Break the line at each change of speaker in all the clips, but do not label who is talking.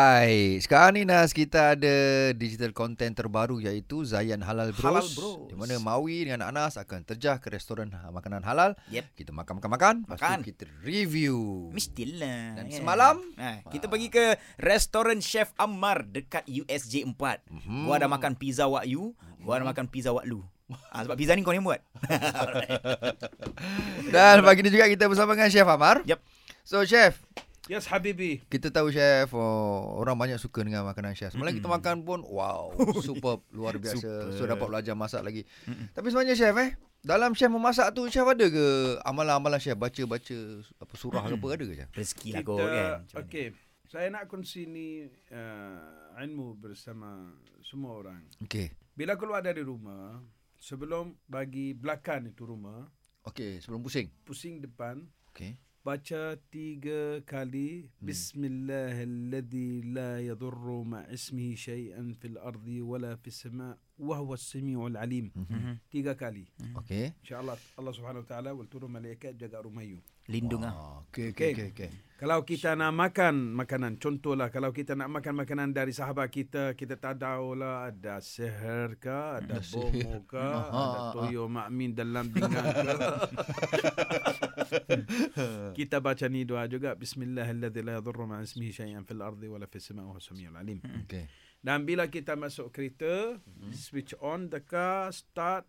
Baik, sekarang ni Nas kita ada digital content terbaru iaitu Zayan Halal Bros.
Halal
Di
Bros.
mana Mawi dengan Anas akan terjah ke restoran ha, makanan halal.
Yep.
Kita makan-makan-makan, lepas
Makan.
tu kita review.
Mestilah.
Dan semalam?
Ha, kita pergi ke restoran Chef Ammar dekat USJ
Mhm.
4. Mm-hmm. Gua dah makan pizza wak you, gua dah makan pizza wak lu. Ha, sebab pizza ni kau ni yang buat.
Dan pagi ni juga kita bersama dengan Chef Amar.
Yep.
So Chef,
Yes Habibi.
kita tahu Chef oh, orang banyak suka dengan makanan Chef. Semalam kita makan pun wow, superb, luar biasa. So dapat belajar masak lagi. Tapi sebenarnya Chef eh, dalam Chef memasak tu Chef ada ke amalan-amalan Chef baca-baca apa surah ke apa ada ke Chef?
Rezeki lah
Kita
kau kan. Macam mana?
okey. Saya nak kongsi ni uh, ilmu bersama semua orang.
Okey.
Bila keluar dari rumah, sebelum bagi belakang itu rumah,
Okey, sebelum pusing.
pusing depan,
Okey.
baca tiga kali Bismillahilladzi la yadurru ma ismihi syai'an fil ardi wala fis sama' wa huwa as-sami'ul alim. Tiga kali.
Okey.
InsyaAllah Allah Subhanahu Wa Taala wal turun malaikat jaga rumah you.
Lindung ah.
Ah, Okey, okey, okey, okey.
Kalau kita nak makan makanan, contohlah kalau kita nak makan makanan dari sahabat kita, kita tak tahu lah ada seher ke, ada bomo ke, ada toyo makmin dalam pinggan ke. kita baca ni doa juga, Bismillahilladzi la yadurru ma ismihi syai'an fil ardi wala fis sama'i wa huwa samiul alim.
Okey.
Dan bila kita masuk kereta, switch on dekat start,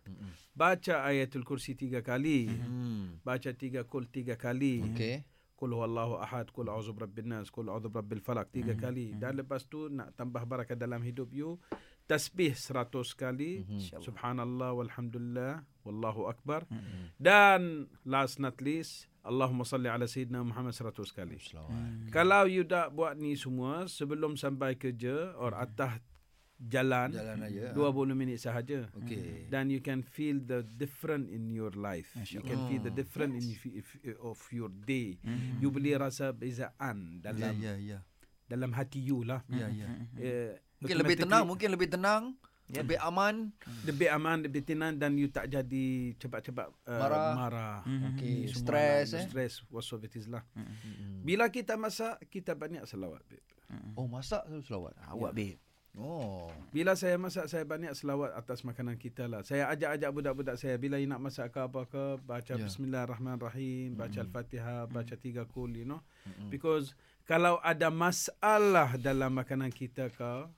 baca ayatul kursi tiga kali.
Hmm.
Baca tiga kul tiga kali.
Okey.
Kul huwallahu ahad, kul a'udzu birabbin nas, kul a'udzu birabbil falak tiga kali. Dan lepas tu nak tambah barakah dalam hidup you, tasbih 100 kali. Subhanallah walhamdulillah wallahu akbar. Dan last not least, Allahumma salli ala sayyidina Muhammad 100 kali.
Selawat.
Kalau you dah buat ni semua sebelum sampai kerja or atas jalan,
Hmm. Jalan aja. ah.
20 minit sahaja.
Okey.
Then you can feel the different in your life. You can feel the different in if, of your day. You beli rasa
Hmm.
bezaan
Ya,
dalam
ya, ya.
dalam hati you lah.
Ya, ya.
Eh,
Mungkin lebih tenang,
automatically
mungkin lebih tenang, lebih aman.
Lebih aman, lebih tenang dan you tak jadi cepat-cepat uh,
Marah.
marah.
Okey,
Ni semua
stres
lah,
eh.
Stress, whatsoever it is lah. Bila kita masak, kita banyak selawat. babe.
Oh, masak tu selawat. Ya.
Awak babe.
Oh.
Bila saya masak saya banyak selawat atas makanan kita lah. Saya ajak-ajak budak-budak saya bila you nak masak ke apa ke baca
Ya.
yeah. bismillahirrahmanirrahim, baca al-Fatihah, baca tiga kul you know. Because kalau ada masalah dalam makanan kita ke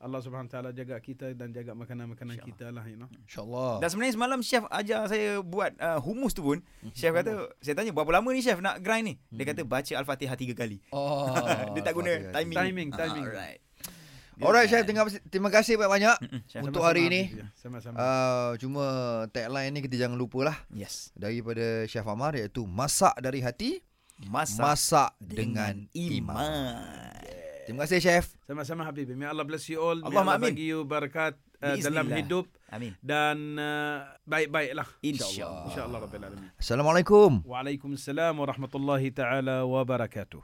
Allah Subhanahu Wa taala jaga kita dan jaga makanan-makanan kita lah you know.
InsyaAllah.
Dan sebenarnya semalam chef ajar saya buat uh, hummus tu pun.
Mhm.
Chef kata, saya tanya berapa lama ni chef nak grind ni? Dia kata baca Al-Fatihah tiga kali.
Oh.
Dia tak guna
Fatihah.
timing.
Timing, timing.
Alright.
Ya. Alright, Chef. Terima kasih- terima kasih banyak-banyak
Chef.
untuk
Sama-sama,
hari ini.
Habib, ya. Sama-sama.
Uh, cuma tagline ni kita jangan lupalah
Yes.
daripada Chef Amar iaitu masak dari hati,
Masak,
masak dengan iman.
iman.
Terima kasih Chef.
Sama-sama Habib. May Allah bless you all. May
Allahumma
Allah
amin.
bagi you berkat uh,
Biiznillah.
dalam hidup
Amin.
dan uh, baik-baiklah.
InsyaAllah.
InsyaAllah Rabbil Alamin.
Assalamualaikum.
وعليكم السلام ورحمة الله تعالى وبركاته